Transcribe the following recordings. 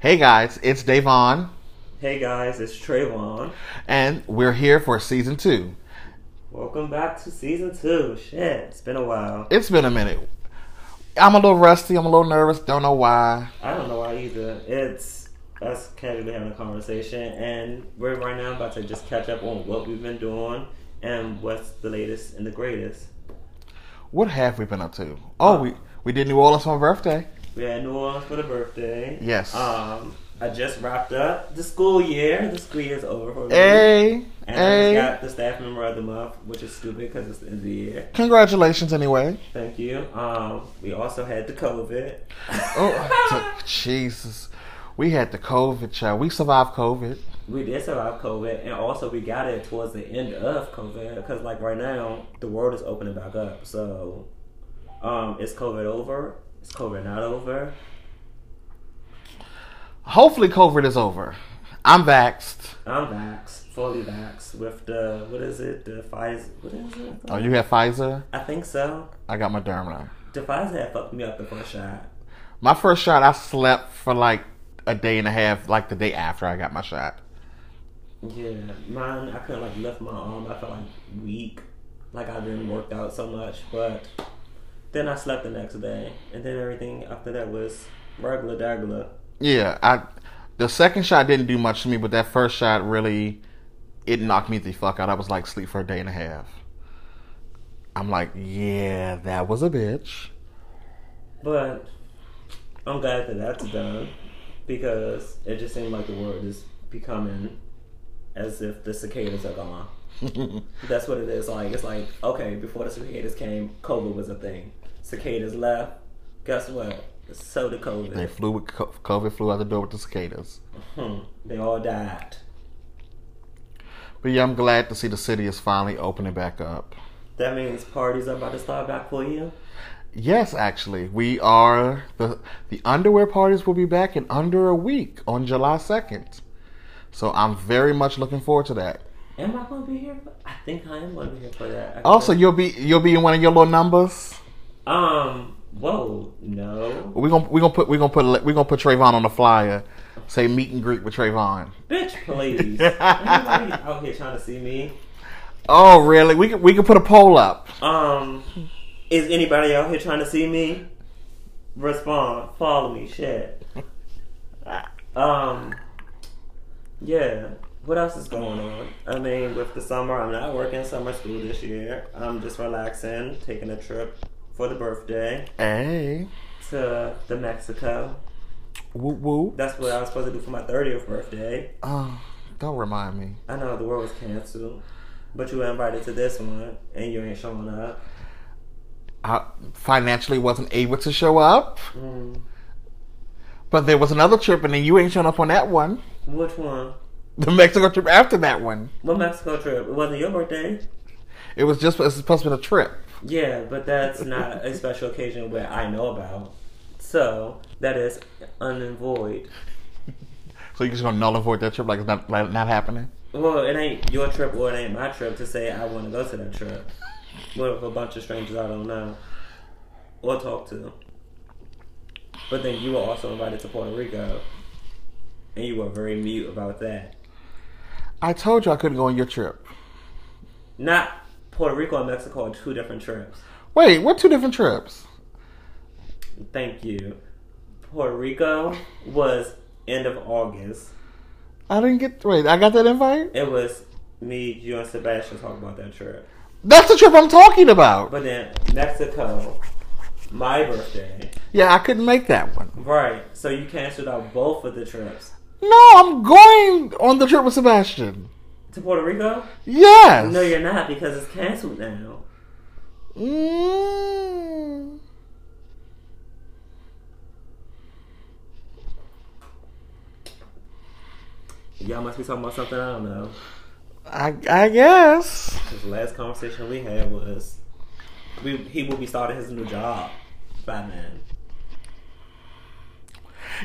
Hey guys, it's Davon, Hey guys, it's Trayvon. and we're here for season two. Welcome back to season two. Shit, it's been a while. It's been a minute. I'm a little rusty. I'm a little nervous. Don't know why. I don't know why either. It's us casually having a conversation, and we're right now about to just catch up on what we've been doing and what's the latest and the greatest. What have we been up to? Oh, we we did New Orleans for my birthday. We had New Orleans for the birthday. Yes. Um, I just wrapped up the school year. The school year's over for me. Hey, and I hey! got the staff member of the month, which is stupid because it's the end of the year. Congratulations, anyway. Thank you. Um, we also had the COVID. Oh, t- Jesus! We had the COVID, child. We survived COVID. We did survive COVID, and also we got it towards the end of COVID because, like, right now the world is opening back up. So, um, is COVID over? Is COVID not over? Hopefully, COVID is over. I'm vaxxed. I'm vaxxed, fully vaxxed with the what is it? The Pfizer? What is it? Oh, you had Pfizer. I think so. I got Moderna. The Pfizer had fucked me up the first shot. My first shot, I slept for like a day and a half, like the day after I got my shot. Yeah, mine. I couldn't like lift my arm. I felt like weak. Like I didn't worked out so much, but then I slept the next day, and then everything after that was regular, regular. Yeah, I. The second shot didn't do much to me, but that first shot really, it knocked me the fuck out. I was like sleep for a day and a half. I'm like, yeah, that was a bitch. But I'm glad that that's done because it just seemed like the world is becoming as if the cicadas are gone. That's what it is like. It's like, okay, before the cicadas came, COVID was a thing. Cicadas left. Guess what? So did COVID. they flew with co- COVID, flew out the door with the cicadas. Hmm. They all died. But yeah, I'm glad to see the city is finally opening back up. That means parties are about to start back for you. Yes, actually, we are the the underwear parties will be back in under a week on July second. So I'm very much looking forward to that. Am I going to be here? For, I think I am going to be here for that. I Also, guess. you'll be you'll be in one of your little numbers. um, whoa, no. We're gonna we gonna put we gonna put we're gonna put Trayvon on the flyer. Say meet and greet with Trayvon. Bitch, please. Anybody out here trying to see me? Oh, really? We can we can put a poll up. Um, is anybody out here trying to see me? Respond. Follow me. Shit. Um, yeah. What else is going on? I mean, with the summer, I'm not working summer school this year. I'm just relaxing, taking a trip for the birthday Hey, to the Mexico. woo woo. That's what I was supposed to do for my 30th birthday. Oh, don't remind me. I know the world was canceled, but you were invited to this one, and you ain't showing up. I financially wasn't able to show up, Mm. but there was another trip, and then you ain't showing up on that one. Which one? The Mexico trip after that one. What Mexico trip? It wasn't your birthday. It was just it was supposed to be a trip. Yeah, but that's not a special occasion where I know about. So that is unvoid. So you just gonna null and void that trip like it's not like not happening. Well, it ain't your trip or it ain't my trip to say I want to go to that trip with a bunch of strangers I don't know or talk to. But then you were also invited to Puerto Rico, and you were very mute about that. I told you I couldn't go on your trip. Not Puerto Rico and Mexico are two different trips. Wait, what two different trips? Thank you. Puerto Rico was end of August. I didn't get wait, I got that invite? It was me, you, and Sebastian talking about that trip. That's the trip I'm talking about. But then Mexico, my birthday. Yeah, I couldn't make that one. Right. So you canceled out both of the trips. No, I'm going on the trip with Sebastian. To Puerto Rico? Yes. No, you're not because it's canceled now. Mm. Y'all must be talking about something I don't know. I I guess. 'Cause the last conversation we had was we, he will be starting his new job by then.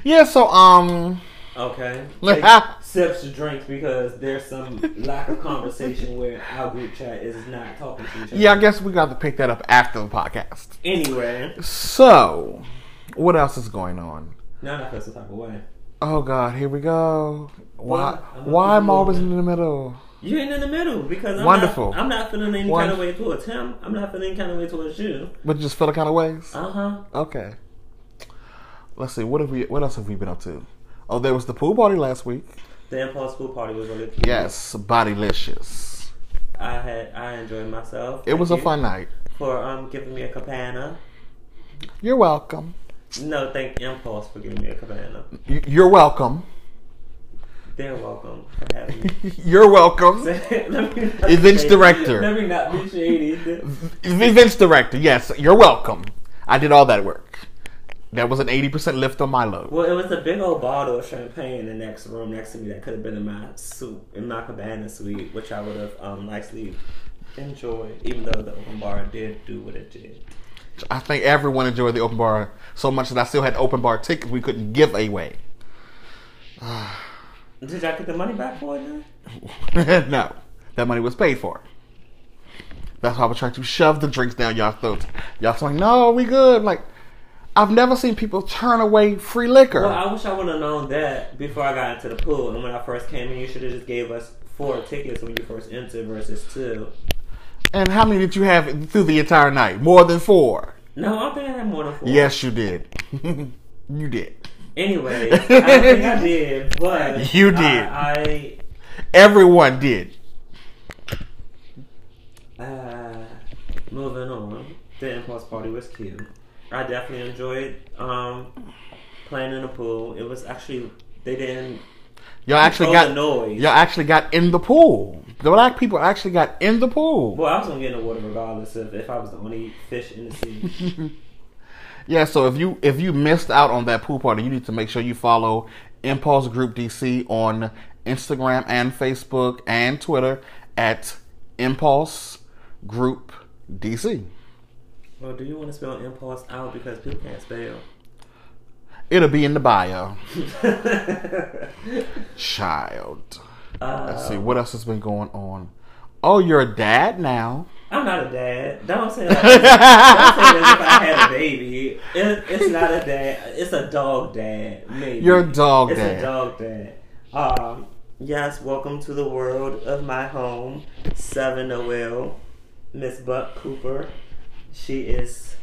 Yeah, so um Okay. Take sips to drinks because there's some lack of conversation where our group chat is not talking to each other. yeah, I guess we got to pick that up after the podcast. Anyway, So, what else is going on? now that feels some type of way. Oh God, here we go. Why? Well, I'm Why I'm not- always in the middle? You ain't in the middle because I'm Wonderful. Not, I'm not feeling any kind Wonderful. of way towards him. I'm not feeling any kind of way towards you. But you just feel the kind of ways. Uh huh. Okay. Let's see. What have we? What else have we been up to? Oh, there was the pool party last week. The impulse pool party was really cute. Yes, bodylicious. I had I enjoyed myself. It Thank was a you fun night. for um giving me a cabana. You're welcome. No, thank impulse for giving me a cabana. Y- You're welcome. They're welcome for having me. You're welcome. Let me not Events be- director. Let me not be shady. Events director. Yes, you're welcome. I did all that work. That was an eighty percent lift on my load. Well, it was a big old bottle of champagne in the next room next to me that could have been in my suit in my cabana suite, which I would have um nicely enjoyed, even though the open bar did do what it did. I think everyone enjoyed the open bar so much that I still had open bar tickets we couldn't give away. Did y'all get the money back for it? Then? no, that money was paid for. That's why I was trying to shove the drinks down y'all throats. Y'all was like, "No, we good." I'm Like, I've never seen people turn away free liquor. Well, I wish I would have known that before I got into the pool. And when I first came in, you should have just gave us four tickets when you first entered versus two. and how many did you have through the entire night? More than four. No, I don't think I had more than four. Yes, you did. you did. Anyway, I don't think I did, but You did. I, Everyone did. I uh, moving on. The impulse party was cute. I definitely enjoyed um playing in the pool. It was actually they didn't Y'all actually control got the noise. y'all actually got in the pool. The black people actually got in the pool. Well, I was gonna get in the water regardless of if I was the only fish in the sea. Yeah, so if you if you missed out on that pool party, you need to make sure you follow Impulse Group DC on Instagram and Facebook and Twitter at Impulse Group DC. well, do you want to spell impulse out because people can't spell? It'll be in the bio. uh, Child. Let's see, what else has been going on? Oh, you're a dad now. I'm not a dad. Don't say like don't say that if I had a baby. It, it's not a dad. It's a dog dad. Maybe You're a dog it's dad. a dog dad. Um, yes. Welcome to the world of my home, Seven Will, Miss Buck Cooper. She is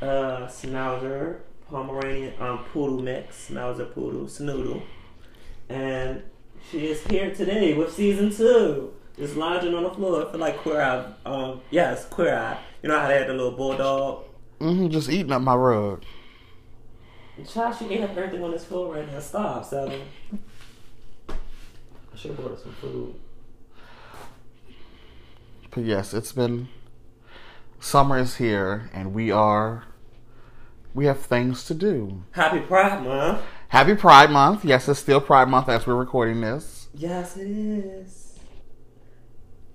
a Schnauzer Pomeranian um, Poodle mix, Schnauzer Poodle Snoodle, and she is here today with season two. Just lounging on the floor. I feel like Queer Eye. Um, yes, Queer Eye. You know how they had the little bulldog. hmm just eating up my rug. Child, she ate up everything on this floor right now. Stop, Sally. I should have brought her some food. But yes, it's been summer is here and we are we have things to do. Happy Pride Month. Happy Pride Month. Yes, it's still Pride Month as we're recording this. Yes, it is.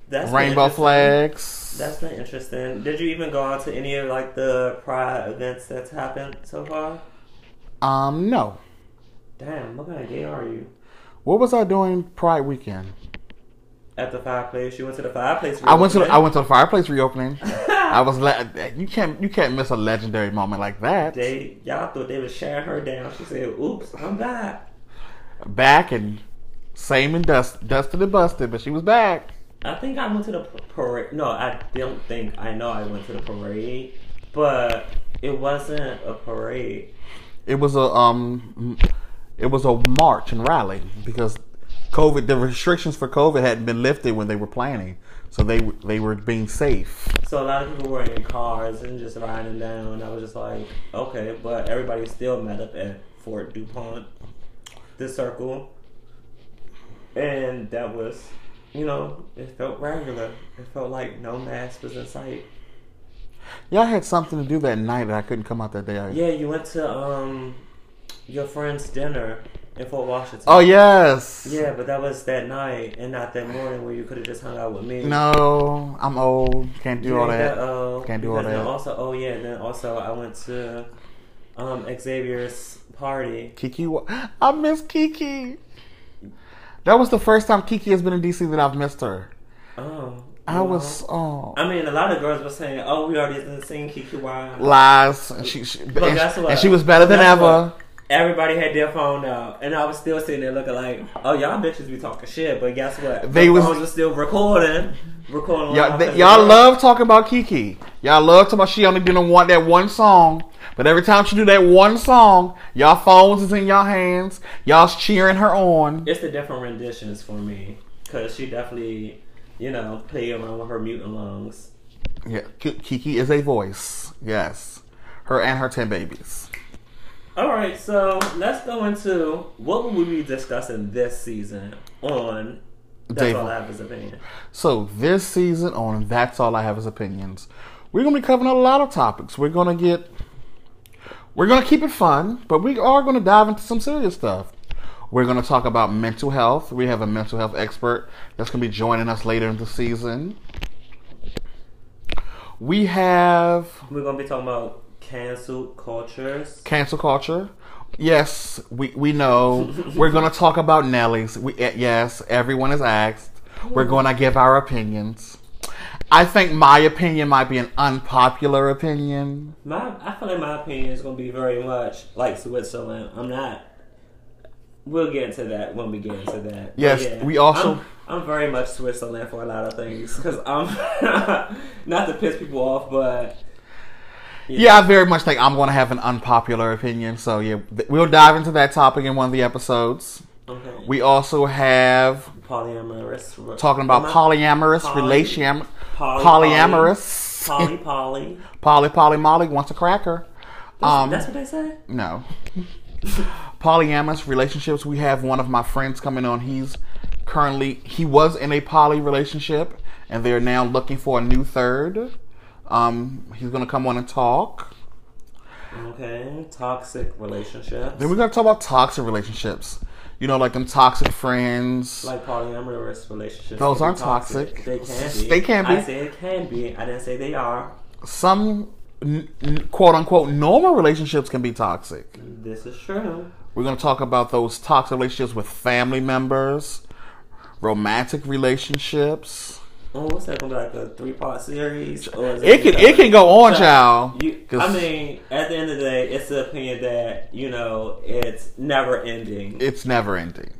That's been Rainbow interesting. flags. That's been interesting. Did you even go on to any of like the Pride events that's happened so far? um, no. Damn, what kind of gay are you? What was I doing Pride weekend? At the fireplace, you went to the fireplace. I went to the, reopening? I went to the fireplace reopening. I was le- you can't you can't miss a legendary moment like that. They y'all thought they was sharing her down. She said, "Oops, I'm back." Back and same and dust dusted and busted, but she was back. I think I went to the par- parade. No, I don't think. I know I went to the parade, but it wasn't a parade. It was a um, it was a march and rally because COVID the restrictions for COVID hadn't been lifted when they were planning, so they they were being safe. So a lot of people were in cars and just riding down. I was just like, okay, but everybody still met up at Fort DuPont, the circle, and that was, you know, it felt regular. It felt like no mask was in sight. Y'all had something to do that night that I couldn't come out that day. Yeah, you went to um your friend's dinner in Fort Washington. Oh yes. Yeah, but that was that night and not that morning where you could have just hung out with me. No, I'm old. Can't do You all ain't that. oh, Can't do all because then that. Also, oh yeah, then also I went to um, Xavier's party. Kiki, wa- I miss Kiki. That was the first time Kiki has been in DC that I've missed her. Oh, I well. was oh I mean, a lot of girls were saying, "Oh, we already didn't sing Kiki Wine." lies, and she, she But and, guess she- what? and she was better than Guess ever. what? Everybody had their phone out, and I was still sitting there looking like, "Oh, y'all bitches be talking shit," but guess what? They My was- phones were still recording, recording. Y'all, live they- as y'all well. love talking about Kiki. Y'all love talking about she only didn't want that one song. But every time she do that one song, y'all phones is in y'all hands. Y'all's cheering her on. It's the different renditions for me, cause she definitely, you know, played around with her mutant lungs. Yeah, Ki- Kiki is a voice. Yes, her and her ten babies. All right, so let's go into what will we be discussing this season on. That's Dave. all I have is opinion. So this season on That's All I Have Is Opinions, we're gonna be covering a lot of topics. We're gonna get we're gonna keep it fun, but we are gonna dive into some serious stuff. We're gonna talk about mental health. We have a mental health expert that's gonna be joining us later in the season. We have We're gonna be talking about cancel cultures. cancel culture. Yes, we, we know. We're going to talk about Nelly's. We, eh, yes, everyone is asked. We're going to give our opinions. I think my opinion might be an unpopular opinion. My, I feel like my opinion is gonna be very much like Switzerland. I'm not. We'll get into that when we get into that. But Yes, we also- I'm, I'm very much Switzerland for a lot of things because I'm not to piss people off, but Yeah, I very much think I'm going to have an unpopular opinion. So, yeah, th- we'll dive into that topic in one of the episodes. okay. We also have polyamorous. re- talking about am I- polyamorous, Poly- relationam- poly- polyamorous. Poly, poly. Poly, poly, molly wants a cracker. Um, That's what they say. No. Polyamorous relationships. We have one of my friends coming on. He's currently he was in a poly relationship, and they're now looking for a new third. Um, he's gonna come on and talk. Okay, toxic relationships. Then we're gonna talk about toxic relationships. You know, like them toxic friends. like polyamorous relationships. Those can be aren't toxic. They can be. They can be. I say it can be. I didn't say they are. Some n- n- quote unquote normal relationships can be toxic. This is true. We're going to talk about those toxic relationships with family members, romantic relationships. Oh, what's that gonna be like a three part series? Or is It can it can go on, child. You, I mean, at the end of the day, it's the opinion that you know it's never ending. it's never ending.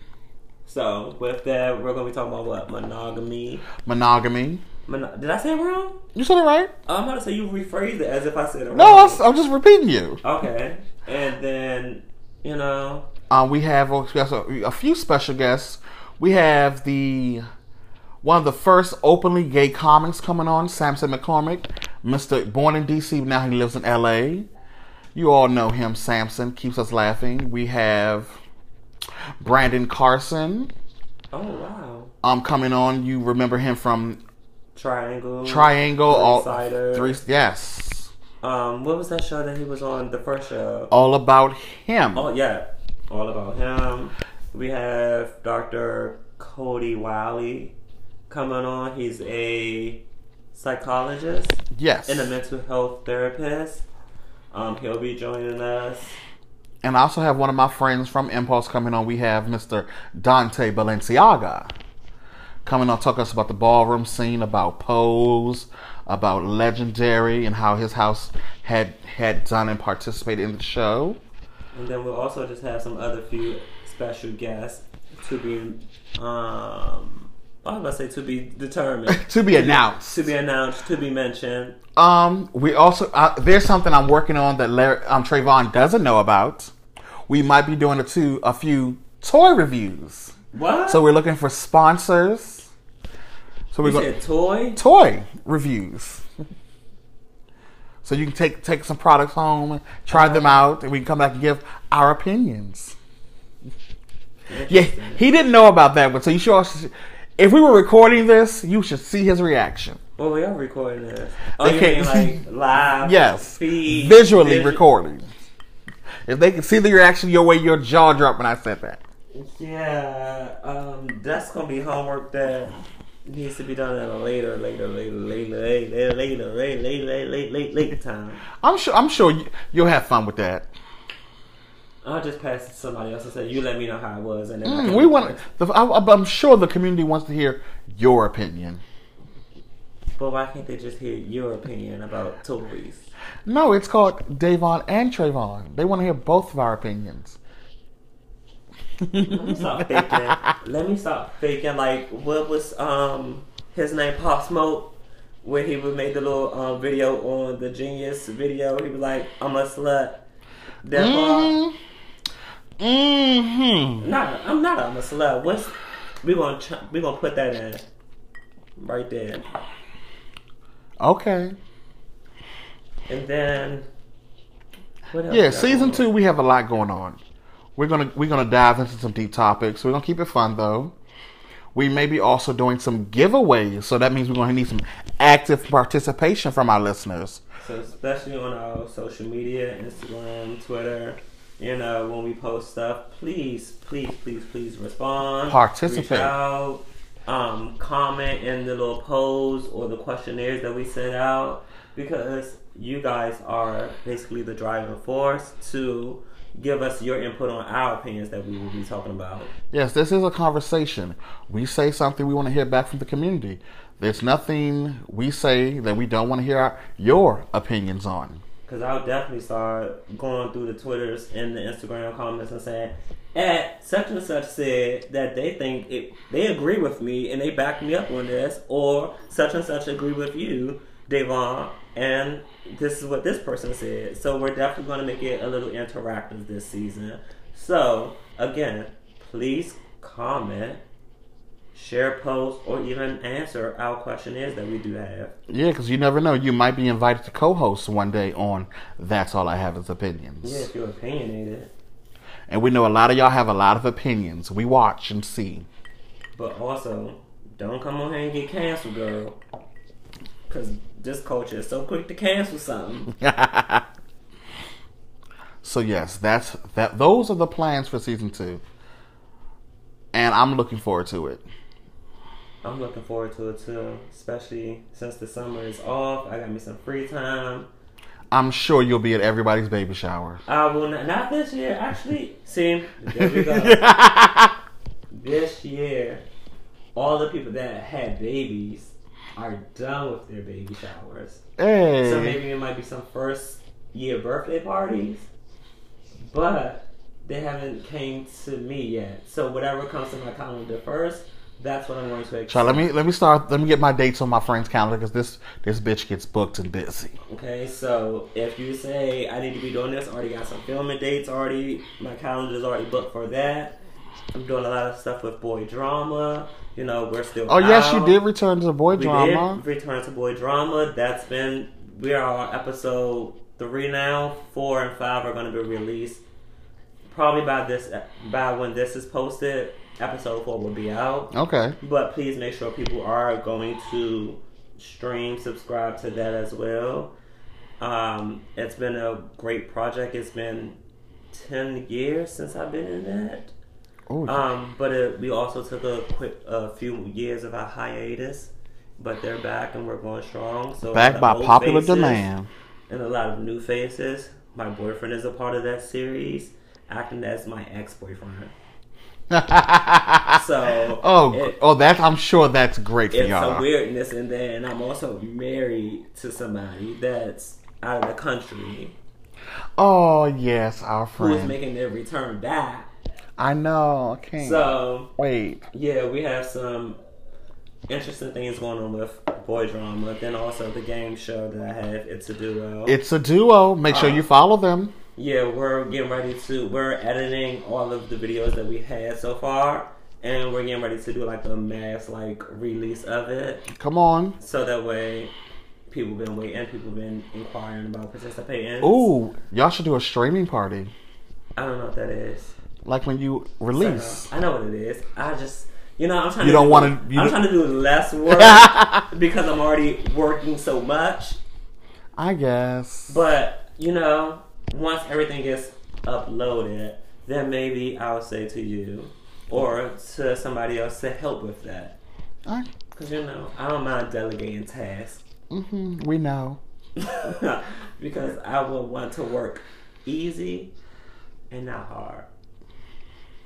So with that, we're gonna be talking about what monogamy. Monogamy. Mono- Did I say it wrong? You said it right. I'm about to say you rephrased it as if I said it No, I wrong. s- I'm just repeating you. okay, and then you know Um, we have a, we have a- a few special guests. We have the one of the first openly gay comics coming on, Samson McCormick, Mister Born in D.C. Now he lives in L.A. You all know him, Samson keeps us laughing. We have Brandon Carson. Oh wow! Um, coming on. You remember him from Triangle. Triangle, all Three-Sided. three. Yes, Um, what was that show that he was on? The first show. Oh, all about him. yeah, all about him. We have Dr. Cody Wiley coming on. He's a psychologist yes, and a mental health therapist. Um, he'll be joining us. And I also have one of my friends from Impulse coming on. We have Mr. Dante Balenciaga coming on, talk us about the ballroom scene, about Pose, about Legendary, and how his house had had done and participated in the show. And then we'll also just have some other few special guests to be um I was about to say to be determined. To be announced. to be announced, to be mentioned. Um, we also uh, there's something I'm working on that Larry, um, Trayvon doesn't know about. We might be doing a two a few toy reviews. What? So we're looking for sponsors. So we're You going said toy? toy reviews. So you can take take some products home, try them out, and we can come back and give our opinions. Yeah, he didn't know about that one, so you should. Also, if we were recording this, you should see his reaction. Well, we are recording this. Oh, you Okay. mean like live? Yes. Feed, Visually visu- recording. If they can see the reaction your way, your jaw dropped when I said that. Yeah. Um, that's gonna be homework that needs to be done at a later, later, later, later, later, later, later, later, later, later, later, later, later time. I'm sure. I'm sure you, you'll have fun with that. I'll just pass it to somebody else and say, "You let me know how it was." And then I Mm, can- we want. The, I, I'm sure the community wants to hear your opinion. But why can't they just hear your opinion about Tories? No, it's called Davon and Trayvon. They want to hear both of our opinions. Let me stop faking. Let me stop faking. Like what was um his name Pop Smoke when he would make the little um, video on the Genius video. He was like, "I'm a slut." That Mm. hmm Nah, I'm not. I'm a slut. What's we gonna tr- we gonna put that in right there, Okay. and then what else? Yeah, got season going on? two, we have a lot going on. We're gonna we're gonna dive into some deep topics. We're gonna keep it fun though. We may be also doing some giveaways, so that means we're gonna need some active participation from our listeners. So especially on our social media, Instagram, Twitter, and uh, when we post stuff, please, please, please, please respond. Participate. Reach out, um, comment in the little polls or the questionnaires that we send out because you guys are basically the driving force to give us your input on our opinions that we will be talking about. Yes, this is a conversation. We say something we want to hear back from the community. There's nothing we say that we don't want to hear our, your opinions on. Cause I'll definitely start going through the Twitters and the Instagram comments and saying, "At such and such said that they think it, they agree with me and they back me up on this," or "Such and such agree with you, Devon," and this is what this person said. So we're definitely going to make it a little interactive this season. So again, please comment, share posts, or even answer our questionnaires that we do have. Yeah, because you never know. You might be invited to co-host one day on That's All I Have Is Opinions. Yeah, if you're opinionated. And we know a lot of y'all have a lot of opinions. We watch and see. But also, don't come on here and get canceled, girl. Cause this culture is so quick to cancel something. so yes, that's that. Those are the plans for season two, and I'm looking forward to it. I'm looking forward to it too, especially since the summer is off. I got me some free time. I'm sure you'll be at everybody's baby shower. I will not, not this year, actually. See, there we go. this year, all the people that had babies are done with their baby showers. hey, So maybe it might be some first year birthday parties, but they haven't came to me yet. So whatever comes to my calendar first, that's what I'm going Child, to accept. let me let me start. Let me get my dates on my friend's calendar because this this bitch gets booked and busy. Okay, so if you say I need to be doing this, I already got some filming dates already. My calendar's already booked for that. I'm doing a lot of stuff with boy drama. You know, we're still. Oh yes, you out. did return to the boy Um, We drama. did return to boy drama. That's been we are on episode three now. Four and five are going to be released probably by this by when this is posted. Episode four will be out. Okay, But please make sure people are going to stream, subscribe to that as well. Um, it's been a great project. It's been ten years since I've been in that. Ooh, Um, but uh we also took a quick a few years of a hiatus, but they're back and we're going strong. So back a by lot of old popular faces demand. and a lot of new faces. My boyfriend is a part of that series, acting as my ex boyfriend. So oh, it- oh, that I'm sure that's great for it's y'all. some weirdness in there, and I'm also married to somebody that's out of the country Oh yes, our who's friend. making their return back. I know. I can't So wait. Yeah, we have some interesting things going on with boy drama. Then also the game show that I have, It's a Duo. It's a duo. Make sure Uh, you follow them. yeah, we're getting ready to, we're editing all of the videos that we've had so far. And we're getting ready to do like a mass like release of it. Come on. So that way people been waiting, people been inquiring about participating. Ooh, y'all should do a streaming party, I don't know what that is. like when you release. I know what it is. I just, you know, I'm trying. You to don't do- wanna- you I'm don't- trying to do less work because I'm already working so much. I guess. But you know, once everything gets uploaded, then maybe I'll say to you or to somebody else to help with that. I, Cause you know, I don't mind delegating tasks hmm we know. because I will want to work easy and not hard,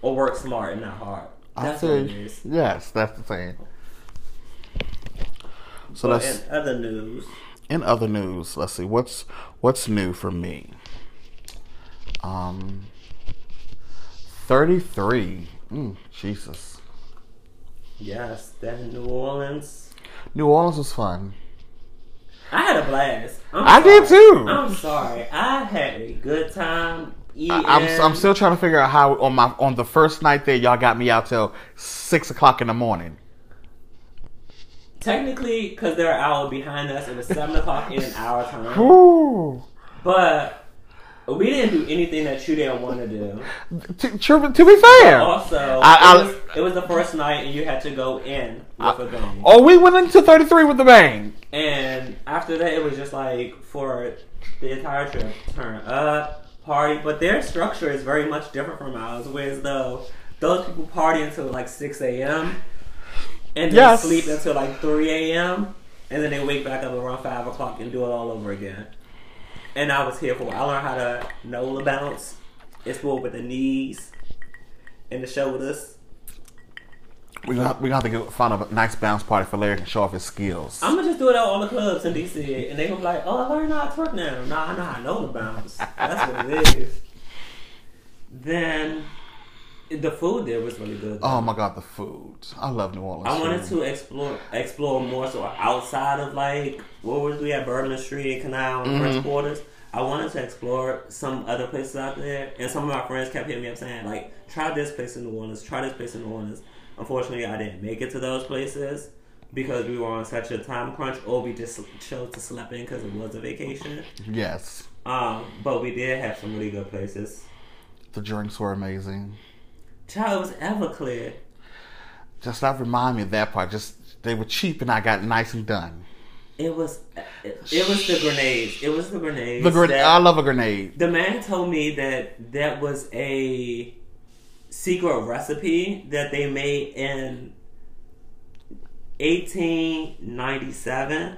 or work smart and not hard. I That's feel what it you. is. Yes, that's the thing. So but that's in other news, in other news. Let's see what's what's new for me. Um, thirty three. Mm, Jesus, yes, that New Orleans. New Orleans was fun. I had a blast. I'm I did sorry. too. I'm sorry. I had a good time. Eating. I, I'm I'm still trying to figure out how on my on the first night there y'all got me out till six o'clock in the morning. technically because they're an hour behind us. It was seven o'clock in our time, Ooh. but we didn't do anything that you didn't want to do. To, to, to be fair, Also, I- it, was, it was the first night, and you had to go in with a gun. oh, we went into thirty three with the bang. And after that, it was just like for the entire trip, turn up, party. But their structure is very much different from ours, whereas though those people party until like 6 a.m. and then Yes. sleep until like 3 a.m. and then they wake back up around 5 o'clock and do it all over again. And I was here for it. I learned how to know the balance. It's more with the knees and the shoulders. We gonna we gonna have to go find a nice bounce party for Larry and show off his skills. I'm gonna just do it at all the clubs in DC, and they gonna be like, "Oh, I learned how to twerk now." Nah, nah, I know the bounce. That's what it is. Then the food there was really good. oh my god, the food! I love New Orleans. I wanted food. to explore explore more, so outside of like what was we at Bourbon Street and Canal and French Quarters. I wanted to explore some other places out there, and some of my friends kept hitting me up saying like, "Try this place in New Orleans. Try this place in New Orleans." Unfortunately, I didn't make it to those places because we were on such a time crunch, or we just chose to sleep in because it was a vacation. Yes, Um, but we did have some really good places. the drinks were amazing. Child, it was Everclear. Just not remind me of that part. Just they were cheap, and I got nice and done. It was it, it was the grenades. It was the grenades. The grenade. that- I love a grenade. The man told me that that was a secret recipe that they made in 1897.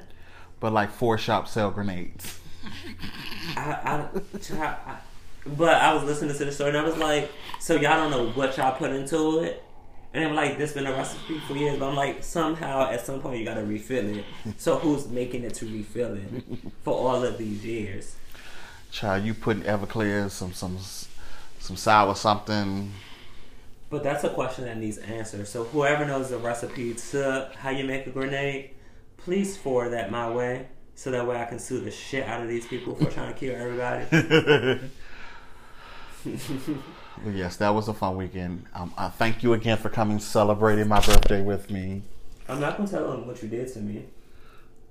But like four shops sell grenades. I, I, child, I, but I was listening to the story and I was like, so y'all don't know what y'all put into it? And I'm like, this been a recipe for years. But I'm like, somehow at some point you gotta refill it. So who's making it to refill it for all of these years? Child, you putting Everclear some some some sour something. But that's a question that needs answer. So whoever knows the recipe to how you make a grenade, please forward that my way so that way I can sue the shit out of these people for trying to kill everybody. but yes, that was a fun weekend. Um, I thank you again for coming, celebrating my birthday with me. I'm not gonna tell them what you did to me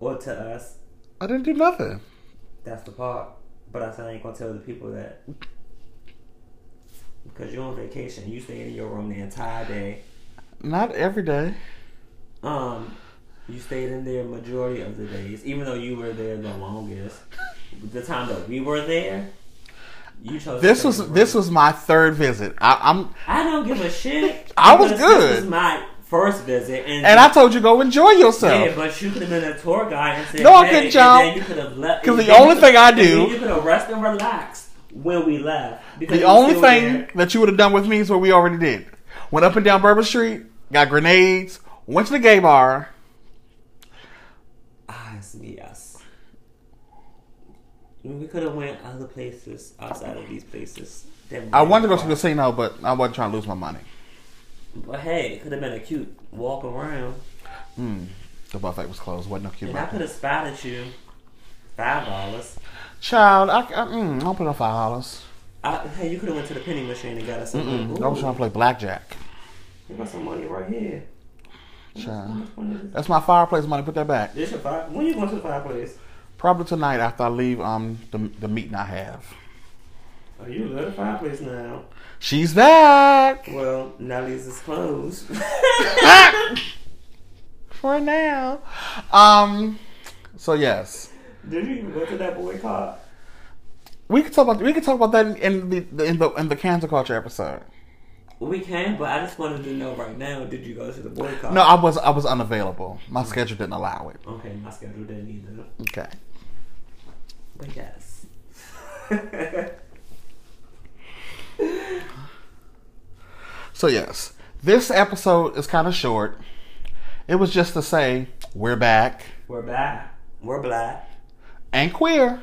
or to us. I didn't do nothing. That's the part. But I said I ain't gonna tell the people that because you're on vacation. You stayed in your room the entire day. Not every day. Um, you stayed in there majority of the days, even though you were there the longest. The time that we were there, you chose. to This stay in was the this room. was my third visit. I, I'm I don't give a shit. I was because this good. was my first visit, and, and I told you go enjoy yeah, yourself. but you could have been a tour guide and said, No, I hey, couldn't, and y'all. then you could have left 'Cause the and then only you- thing I and then do- you could have rest and relaxed when we left. Because the you only still thing there. that you would have done with me is what we already did. Went up and down Bourbon Street, got grenades, went to the gay bar. Ah, yes. We could have went other places outside of these places. that I we wanted to go to the walked. casino, but I wasn't trying to lose my money. But hey, it could have been a cute walk around, Mm. The buffet was closed. Wasn't no cute. and I buffet. could have spotted you five dollars. Child, I, I, mm, I'll put on five dollars. Hey, you could have went to the penny machine and got us some. Mm-mm. money. Mm-hmm. I was trying to play blackjack. Ooh, You got some money right here. How Child. much money is this? That's my fireplace money. Put that back. This your five. When you going to the fireplace? Probably tonight after I leave um the, the meeting I have. Oh, you love the fireplace now. She's back Well, Nelly's is closed. for now. Um, so yes, Did you even go to that boy car? we could talk about we could talk about that in the in the in the cancel culture episode. We can, but I just wanted to know right now. Did you go to the boy car? No, I was I was unavailable. My schedule didn't allow it. Okay, my schedule didn't either. Okay. But yes. So yes, this episode is kind of short. It was just to say We're back We're back. We're black. and queer.